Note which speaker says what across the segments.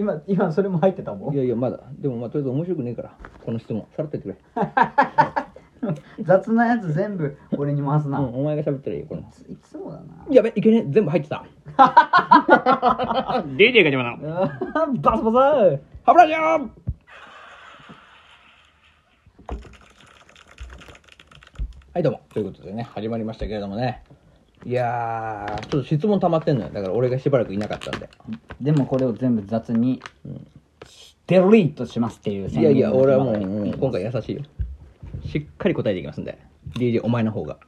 Speaker 1: 今今それも入ってたも
Speaker 2: い
Speaker 1: ん
Speaker 2: やいやまだでもまあとりあえず面白くねえからこの質問さらっと言ってくれ
Speaker 1: 雑なやつ全部俺に回すな、
Speaker 2: うん、お前が喋ったらいいよこの
Speaker 1: いついつもだな
Speaker 2: やべいけねえ全部入ってたレイディーが邪魔なの
Speaker 1: あー バスバス
Speaker 2: ハブラジャーはいどうもということでね始まりましたけれどもねいやーちょっと質問溜まってんのよだから俺がしばらくいなかったんで
Speaker 1: でもこれを全部雑に、デリートしますっていう
Speaker 2: いやいや俺はもう、うん今回優しいよしっかり答えていきますんで DJ お前の方が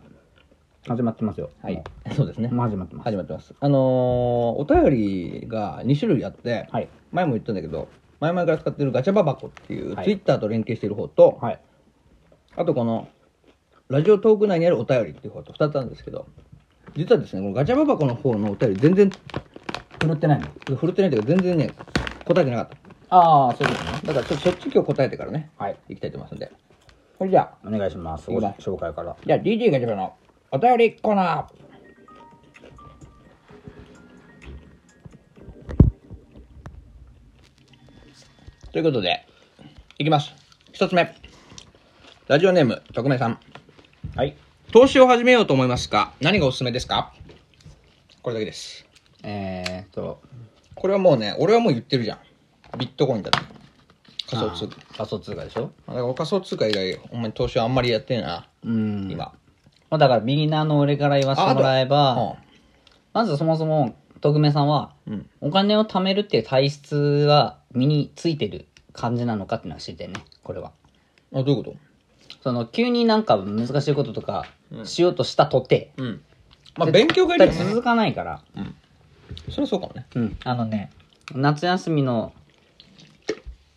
Speaker 1: 始まってますよ
Speaker 2: はいそうですね
Speaker 1: もう始まってます
Speaker 2: 始まってますあのーお便りが2種類あって、
Speaker 1: はい
Speaker 2: 前も言ったんだけど前々から使ってるガチャババコっていう、
Speaker 1: はい
Speaker 2: ツイッターと連携してる方と、
Speaker 1: はい
Speaker 2: あとこのラジオトーク内にあるお便りっていう方と2つあるんですけど実はですねこのガチャババコの方のお便り全然
Speaker 1: 振るってないの
Speaker 2: 振るってないというか全然ね答えてなかっ
Speaker 1: ああそういうことね
Speaker 2: ただからちょっとそっち今日答えてからね
Speaker 1: はい
Speaker 2: いきたいと思いますんでそれじゃあ
Speaker 1: お願いします
Speaker 2: いい
Speaker 1: ご
Speaker 2: ね
Speaker 1: 紹介から
Speaker 2: じゃあ DJ ガチャバのお便りコーナーということで、いきます。一つ目。ラジオネーム、特命さん。
Speaker 1: はい
Speaker 2: 投資を始めようと思いますが、何がおすすめですかこれだけです。
Speaker 1: えー、っと
Speaker 2: これはもうね、俺はもう言ってるじゃん。ビットコインだって。仮想通貨。
Speaker 1: 貨仮想通貨でしょ
Speaker 2: だから仮想通貨以外、ほんまに投資はあんまりやってないな、
Speaker 1: うん
Speaker 2: 今。
Speaker 1: まあだからビギナーの俺から言わせてもらえば、
Speaker 2: あ
Speaker 1: まずそもそも徳目さんは、
Speaker 2: うん
Speaker 1: お金を貯めるっていう体質は身についてる感じなのかっていうのは知りたいねこれは
Speaker 2: とうんあ、どういうこ
Speaker 1: その急になんか難しいこととかしようとしたとて、
Speaker 2: とうん。まあ、勉強がいる
Speaker 1: 絶
Speaker 2: よ
Speaker 1: 対
Speaker 2: ね。
Speaker 1: 続かないから、
Speaker 2: それはそうかもね。
Speaker 1: うん、あのね夏休みの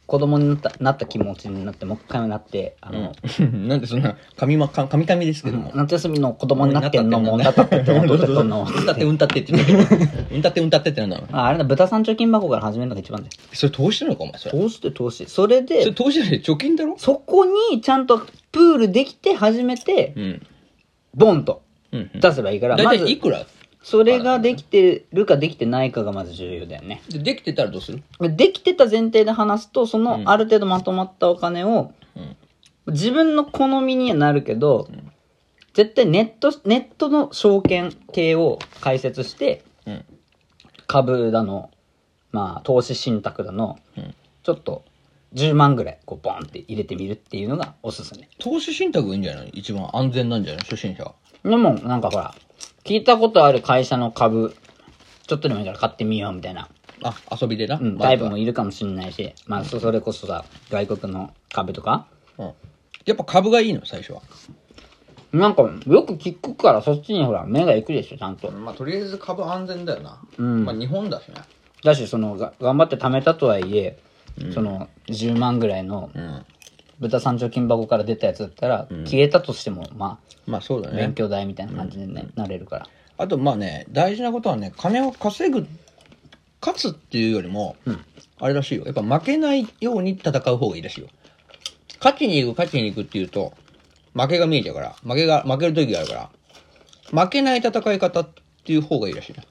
Speaker 1: 子供になったなった気持ちになってもう一回もなってあの、
Speaker 2: うん。 なんでそんな、神ま、神々ですけども。
Speaker 1: 夏休みの子供になってんのもう
Speaker 2: な
Speaker 1: な
Speaker 2: っ
Speaker 1: った
Speaker 2: た
Speaker 1: って
Speaker 2: って
Speaker 1: ど
Speaker 2: ん
Speaker 1: う
Speaker 2: の
Speaker 1: だってんの
Speaker 2: うんたってうんたってって言ってるけどうんたってうんたってってなんだろう
Speaker 1: ああれだ豚さん貯金箱から始めるのが一番だよ
Speaker 2: それ投資なのかお前それ
Speaker 1: 投資って投資それで
Speaker 2: それ投資じゃない貯金だろ
Speaker 1: そこにちゃんとプールできて始めて、
Speaker 2: うん
Speaker 1: ボンと
Speaker 2: うんうん
Speaker 1: 出せばいいから、
Speaker 2: 大
Speaker 1: ま
Speaker 2: 体い
Speaker 1: ず、
Speaker 2: くら
Speaker 1: それができてるかできてないかがまず重要だよね。
Speaker 2: でできてたらどうする
Speaker 1: できてた前提で話すと、そ
Speaker 2: うん
Speaker 1: のある程度まとまったお金を、
Speaker 2: うん
Speaker 1: 自分の好みにはなるけど、絶対ネット、ネットの証券系を開設して、
Speaker 2: うん
Speaker 1: 株だの、まあ、投資信託だの、
Speaker 2: うん
Speaker 1: ちょっと10万ぐらい、こう、ボンって入れてみるっていうのがおすすめ。
Speaker 2: 投資信託がいいんじゃない一番安全なんじゃない初心者は
Speaker 1: でも、なんかほら、聞いたことある会社の株、ちょっとでもいいから買ってみようみたいな、
Speaker 2: あ遊びでな、
Speaker 1: うん、
Speaker 2: まあ
Speaker 1: タイプもいるかもしれないし、まあ、そそれこそさ、外国の株とか、
Speaker 2: うんやっぱ株がいいの最初は
Speaker 1: なんか、よく聞くから、そっちにほら、目が行くでしょ、ちゃんと。
Speaker 2: まあとりあえず株安全だよな、
Speaker 1: うん
Speaker 2: まあ日本だしね
Speaker 1: だし、その、が頑張って貯めたとはいえ、その、10万ぐらいの
Speaker 2: うん
Speaker 1: 豚三丁金箱から出たやつだったら、消えたとしても、まあ、
Speaker 2: まあそうだね
Speaker 1: 勉強代みたいな感じでね、なれるから。
Speaker 2: あとまあね大事なことはね金を稼ぐ勝つっていうよりも、あれらしいよやっぱ負けないように戦う方がいいらしいよ勝ちに行く勝ちに行くっていうと負けが見えちゃうから負けが負ける時があるから負けない戦い方っていう方がいいらしいね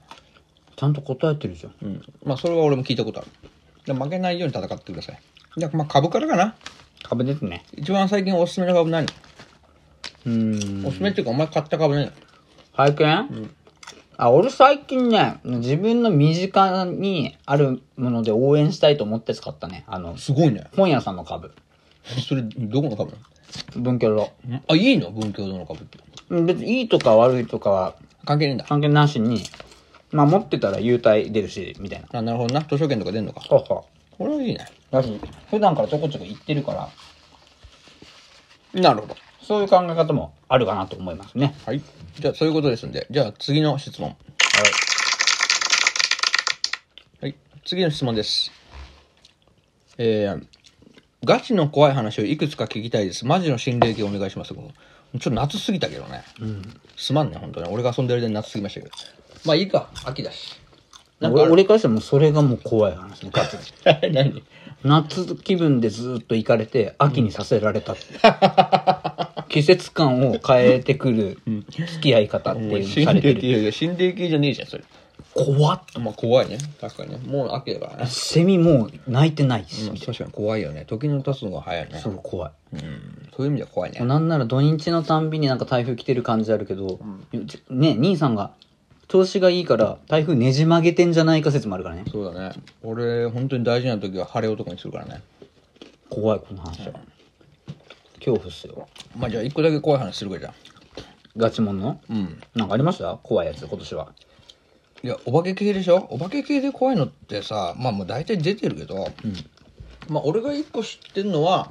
Speaker 1: ちゃんと答えてるじゃん。
Speaker 2: うんまあそれは俺も聞いたことあるで負けないように戦ってくださいじゃあまあ株からかな
Speaker 1: 株ですね。
Speaker 2: 一番最近おすすめの株何、
Speaker 1: うーん。
Speaker 2: おすすめっていうかお前買った株何
Speaker 1: 最近、あ俺最近ね自分の身近にあるもので応援したいと思って使ったねあの
Speaker 2: すごいね
Speaker 1: 本屋さんの株
Speaker 2: それどこの株な
Speaker 1: 文教堂
Speaker 2: のあいいの文教堂の株って
Speaker 1: うん別にいいとか悪いとかは
Speaker 2: 関係ねえんだ
Speaker 1: 関係なしにまあ持ってたら優待出るしみたいな
Speaker 2: あなるほどな図書券とか出んのか
Speaker 1: そうそ
Speaker 2: これはいいね
Speaker 1: うだし普段からちょこちょこ行ってるから
Speaker 2: なるほど
Speaker 1: そういう考え方もあるかなと思いますね
Speaker 2: はいじゃあそういうことですんでじゃあ次の質問はい次の質問ですえー、ガチの怖い話をいくつか聞きたいですマジの心霊系お願いしますちょっと夏すぎたけどね、すまんね本当に俺が遊んでる間に夏すぎましたけどまあいいか秋だしなんかあ
Speaker 1: 俺
Speaker 2: る
Speaker 1: 俺からしてもそれがもう怖い話ねガチで
Speaker 2: 何
Speaker 1: 夏気分でずっと行かれて秋にさせられ たっていう、季節感を変えてくる付き合い方っていうのを
Speaker 2: 心
Speaker 1: され
Speaker 2: 霊
Speaker 1: て
Speaker 2: 系
Speaker 1: る
Speaker 2: いやいや心霊系じゃねえじゃんそれ
Speaker 1: 怖っ。
Speaker 2: まあ怖いね。確かにね。もう秋だからね。
Speaker 1: セミもう泣いてないし、
Speaker 2: まあ
Speaker 1: みたい
Speaker 2: 確かに怖いよね。時の経つのが早い
Speaker 1: な。
Speaker 2: ね
Speaker 1: そ。う、怖い。
Speaker 2: うん。そういう意味では怖いね。
Speaker 1: なんなら土日のたんびになんか台風来てる感じあるけど、ね、兄さんが調子がいいから台風ねじ曲げてんじゃないか説もあるからね。
Speaker 2: そうだね。俺、本当に大事な時は晴れ男にするからね。
Speaker 1: 怖い、この話は。恐怖っすよ。
Speaker 2: まあじゃあ一個だけ怖い話するかじゃ
Speaker 1: ガチモンの
Speaker 2: あ。うん。
Speaker 1: なんかありました怖いやつ、今年は。
Speaker 2: いや、お化け系でしょお化け系で怖いのってさ、まあもう大体出てるけど、まあ俺が一個知ってるのは、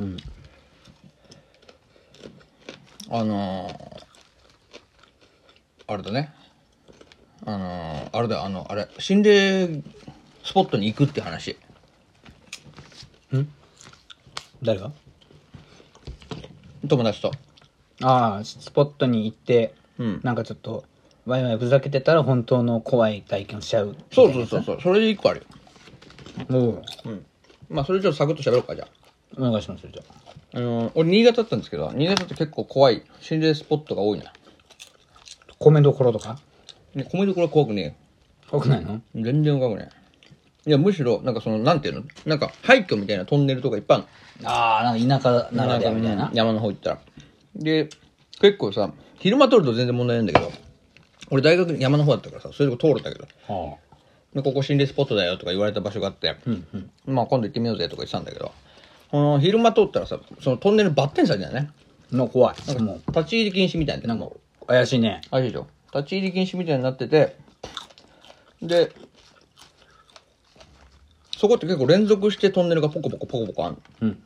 Speaker 2: あのー、あれだね。あのー、あれだよ、あの、あれ、心霊スポットに行くって話。
Speaker 1: 誰が
Speaker 2: 友達と。
Speaker 1: ああ、スポットに行って、
Speaker 2: うん
Speaker 1: なんかちょっと、ワイワイふざけてたら本当の怖い体験をしちゃう。
Speaker 2: そうそうそうそう、それで一個あるよ。
Speaker 1: う。おう
Speaker 2: まあそれちょっとサクッと喋ろうか、じゃあ。
Speaker 1: お願いしますよ、じゃあ。
Speaker 2: あのー俺新潟だったんですけど、新潟って結構怖い心霊スポットが多いな。
Speaker 1: 米どころとか
Speaker 2: ね、米どころは怖くねえよ。
Speaker 1: 怖くないの
Speaker 2: 全然わかんない。いや、むしろ、なんかその、なんていうのなんか、廃墟みたいなトンネルとかいっぱいある
Speaker 1: ああ、なんか田舎
Speaker 2: の。
Speaker 1: ならではみたい
Speaker 2: うん
Speaker 1: な。
Speaker 2: 山の方行ったら。で、結構さ、昼間通ると全然問題ないんだけど、俺大学山の方だったからさ、そういうとこ通るんだけど、
Speaker 1: はあ
Speaker 2: でここ心霊スポットだよとか言われた場所があって、まあ今度行ってみようぜとか言ってたんだけど、この昼間通ったらさ、そのトンネルバッテンされてんだよね。
Speaker 1: の怖い。
Speaker 2: なん
Speaker 1: も
Speaker 2: か立ち入り禁止みたいな。
Speaker 1: う、なんか、怪しいね。
Speaker 2: あれでしょ立ち入り禁止みたいになっててでそこって結構連続してトンネルがポコポコポコポコある
Speaker 1: うん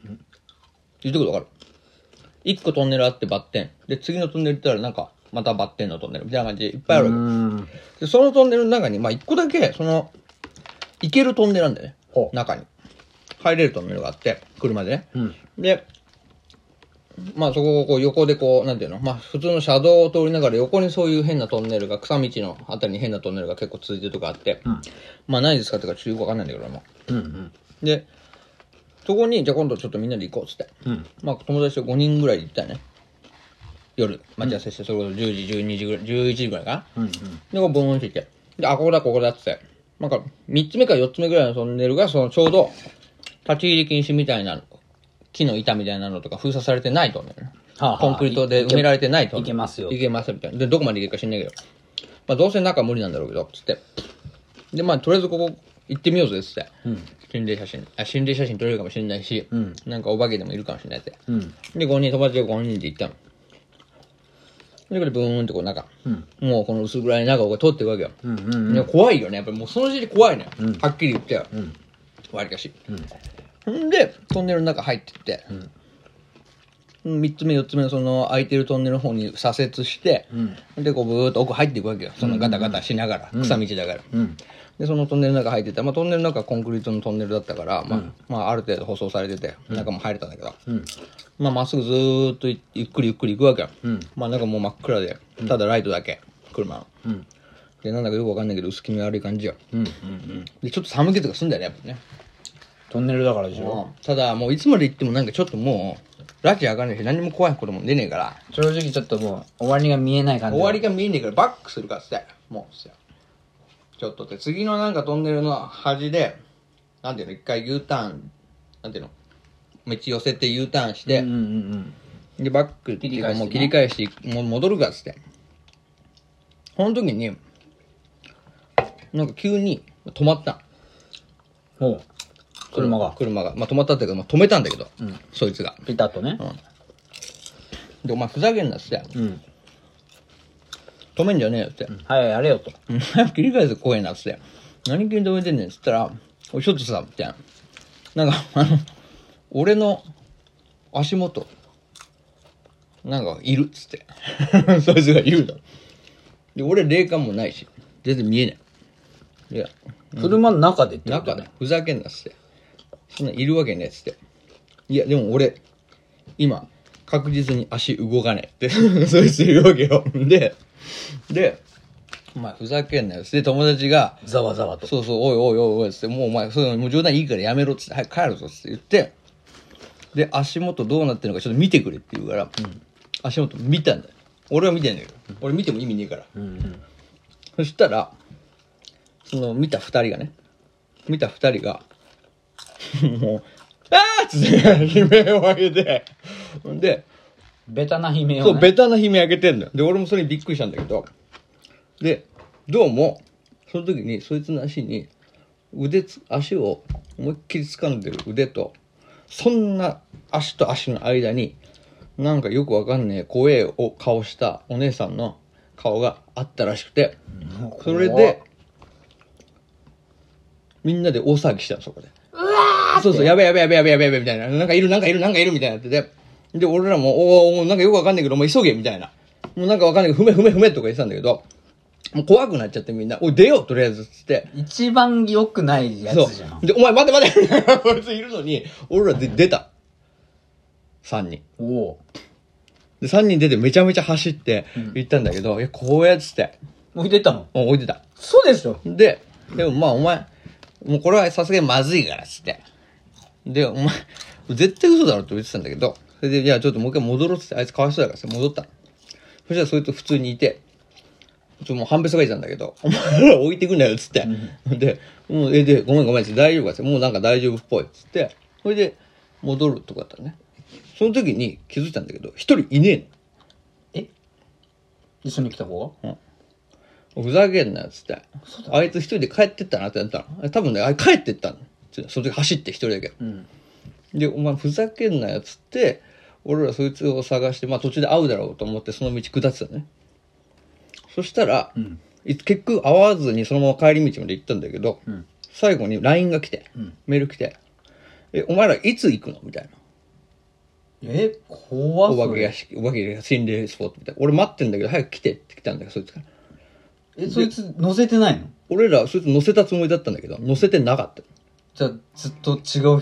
Speaker 2: 言ってくるわかる1個トンネルあってバッテンで次のトンネル行ったらなんかまたバッテンのトンネルみたいな感じでいっぱいあるわけ
Speaker 1: うん。
Speaker 2: でそのトンネルの中にまあ1個だけその行けるトンネルなんだよね
Speaker 1: ほう
Speaker 2: 中に入れるトンネルがあって車でね、
Speaker 1: うん
Speaker 2: でまあそこをこう横でこうなんていうのまあ普通の車道を通りながら横にそういう変なトンネルが草道のあたりに変なトンネルが結構続いてるとこあって、まあ何ですかってかちょっとよくわかんないんだけども
Speaker 1: うんうん。
Speaker 2: でそこにじゃあ今度ちょっとみんなで行こうっつって、
Speaker 1: うん
Speaker 2: まあ友達と5人ぐらいで行ったよね夜待ち合わせしてそれこそ10時12時ぐらい11時ぐらいかな、
Speaker 1: うんうん。
Speaker 2: で、こうボーンっていって。で、あ、ここだ、ここだっつって。なんか、3つ目か4つ目ぐらいのトンネルが、その、ちょうど、立ち入り禁止みたいな、木の板みたいなのとか封鎖されてないトンネル。
Speaker 1: はあはあ
Speaker 2: コンクリートで埋められてないトンネル。
Speaker 1: いけますよ
Speaker 2: いけますみたいな。で、どこまで行けるか知んないけど。まあ、どうせ中無理なんだろうけど、つって。で、まあ、とりあえずここ行ってみようぜ、っつって。心霊写真。あ、心霊写真撮れるかもしれないし、なんかお化けでもいるかもしれないって。
Speaker 1: うん。
Speaker 2: で、5人、友達が5人で行ったの。で、これブーンってこう中、もうこの薄暗い中をこう通っていくわけよ。
Speaker 1: うんうん。
Speaker 2: いや怖いよね。やっぱりもうその時点で怖いのよ。はっきり言ってよ。わりかし。ほんで、トンネルの中入ってって、3つ目、4つ目のその空いてるトンネルの方に左折して、で、こうブーっと奥入っていくわけよ。そのガタガタしながら、草道だから。で、そのトンネルの中入ってて、まあトンネルの中はコンクリートのトンネルだったから、まあ、まあある程度舗装されてて、中も入れたんだけど、まあまっすぐずーっといゆっくりゆっくり行くわけよ。まあなんかもう真っ暗で、ただライトだけ、車の。で、なんだかよくわかんないけど、薄気味悪い感じよ。で、ちょっと寒気とかすんだよね、やっぱね。
Speaker 1: トンネルだからでしょ。
Speaker 2: ただ、もういつまで行ってもなんかちょっともう、拉致上がんないし、何も怖いことも出ねえから、
Speaker 1: 正直ちょっともう、終わりが見えない感じ。
Speaker 2: 終わりが見えねえからバックするからっつって、もうっすよ、ちょっとって、次のなんかトンネルの端で、なんていうの、一回 U ターン、なんていうの、道寄せて U ターンして、
Speaker 1: うんうんうん。
Speaker 2: で、バックっていうか、
Speaker 1: 切り返してな
Speaker 2: もう切り返して、もう戻るかっつって。この時に、なんか急に止まった。
Speaker 1: ほう。車が。
Speaker 2: 車が。まあ止まったっていうか、まあ、止めたんだけど、そいつが。
Speaker 1: ピタッとね。
Speaker 2: で、お前ふざけんなっつって。
Speaker 1: うん。
Speaker 2: 止めんじゃねえよっつって。
Speaker 1: はい、やれよと。
Speaker 2: お前切り返せ怖えなっつって。何急に止めてんねんっつったら、おいちょっとさ、みたいな。なんか、あの、俺の足元、なんかいるっつって。 そいつが言うの。で、俺霊感もないし、全然見えない。いや、
Speaker 1: 車の中でってこ
Speaker 2: なん
Speaker 1: と
Speaker 2: かね、ふざけんなっつって。そんなんいるわけねえっつって。いや、でも俺、今、確実に足動かねえって、 そいつ言うわけよ。で、で、お前ふざけんなよっつって、友達が、
Speaker 1: ざわざわと。
Speaker 2: そうそう、おいおいおいおいっつって、もうお前、そういうのもう冗談いいからやめろっつって、早く帰るぞっつって言って、で、足元どうなってるのかちょっと見てくれって言うから、足元見たんだよ。俺は見てんだけど、俺見ても意味ねえから。
Speaker 1: うんうん。
Speaker 2: そしたら、その見た二人がね、見た二人が、 もう、あーっつって悲鳴を上げて、ほんで、
Speaker 1: ベタな悲鳴を、ね。
Speaker 2: そう、ベタな悲鳴上げてんだよ。で、俺もそれにびっくりしたんだけど、で、どうも、その時に、そいつの足に、腕つ、足を思いっきり掴んでる腕と、そんな足と足の間に、なんかよくわかんねえ、怖えを顔したお姉さんの顔があったらしくて、それで、みんなで大騒ぎしたの、そこで。そうそう、やべえやべえやべえやべえやべえみたいな。なんかいる、なんかいる、なんかいるみたいになってて。で、俺らも、おーおー、なんかよくわかんないけど、もう急げみたいな。もうなんかわかんないけど、踏め踏め踏めとか言ってたんだけど、もう怖くなっちゃってみんな、おい出よう、とりあえず、つって。
Speaker 1: 一番良くないや
Speaker 2: そ
Speaker 1: つじゃん。
Speaker 2: う。で、お前待て待て こいついるのに、俺らで出た。3人。
Speaker 1: おお
Speaker 2: で、3人出てめちゃめちゃ走って行ったんだけど、いや、こうやっつって、
Speaker 1: う。置いてったの
Speaker 2: もう置いてた。
Speaker 1: そうでしょ。
Speaker 2: で、でもまあお前、もうこれはさすがにまずいからっつって。で、お前、絶対嘘だろって言ってたんだけど、それで、いや、ちょっともう一回戻ろうっつって、あいつかわいそうだからっつって戻ったの。そしたらそいつ普通にいて、ちょっともう半べそがいたんだけど、お前ら置いてくんなよっつって。で、もう、え、で、ごめんごめんっつって、大丈夫かっつって、もうなんか大丈夫っぽいっつって、それで、戻るとこだったのね。その時に気づいたんだけど、一人いねえの。
Speaker 1: 一緒に来た子が
Speaker 2: ふざけんなよ、つって。あいつ一人で帰ってったなってなったの。多分ね、あれ帰ってったの。つってその時走って一人だけ。
Speaker 1: うん。
Speaker 2: で、お前ふざけんなよ、つって、俺らそいつを探して、まあ途中で会うだろうと思ってその道下ってたのね。そしたら、い結局会わずにそのまま帰り道まで行ったんだけど、最後に LINE が来て、メール来て、え、お前らいつ行くのみたいな。
Speaker 1: え、怖
Speaker 2: お
Speaker 1: そ
Speaker 2: 化け
Speaker 1: れ
Speaker 2: 屋敷、お化け屋敷心霊スポットみたいな。俺待ってんだけど、早く来てって来たんだけど、そいつから。
Speaker 1: え、そいつ乗せてないの
Speaker 2: 俺ら、そいつ乗せたつもりだったんだけど、乗せてなかった。
Speaker 1: じゃあ、ずっと違う